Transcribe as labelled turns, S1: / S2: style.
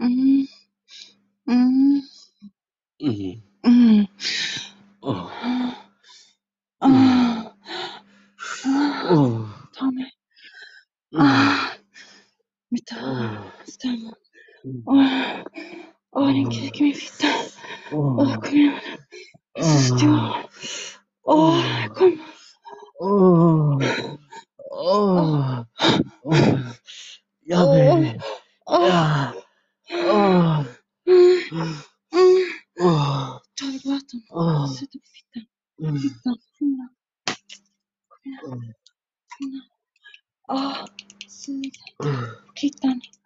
S1: 음. 음.
S2: 음.
S1: 음.
S2: 어.
S1: 아.
S2: 음.
S1: 아. 아.
S2: 어.
S1: 다음에.
S2: 음.
S1: 아. 미쳐.
S2: 어.
S1: 스타벅.
S2: 음.
S1: 아. 아
S2: 어.
S1: 랭키에 김이겠다. 아
S2: 어.
S1: 금요일. 스튜어.
S2: 아.
S1: 어
S2: 어.
S1: 컴.
S2: 어.
S1: 어.
S2: 어. 어. 야,
S1: 어.
S2: 베이비.
S1: 어.
S2: 야. 어.
S1: 음.
S2: 음.
S1: 음.
S2: 어.
S1: 잘 봤던
S2: 어.
S1: 쓰다 피다.
S2: 음.
S1: 피다. 피나. 피나.
S2: 음.
S1: 피나. 아. 쓰다.
S2: 음.
S1: 피다니. 哦啊嗯
S2: 어. 어. 어.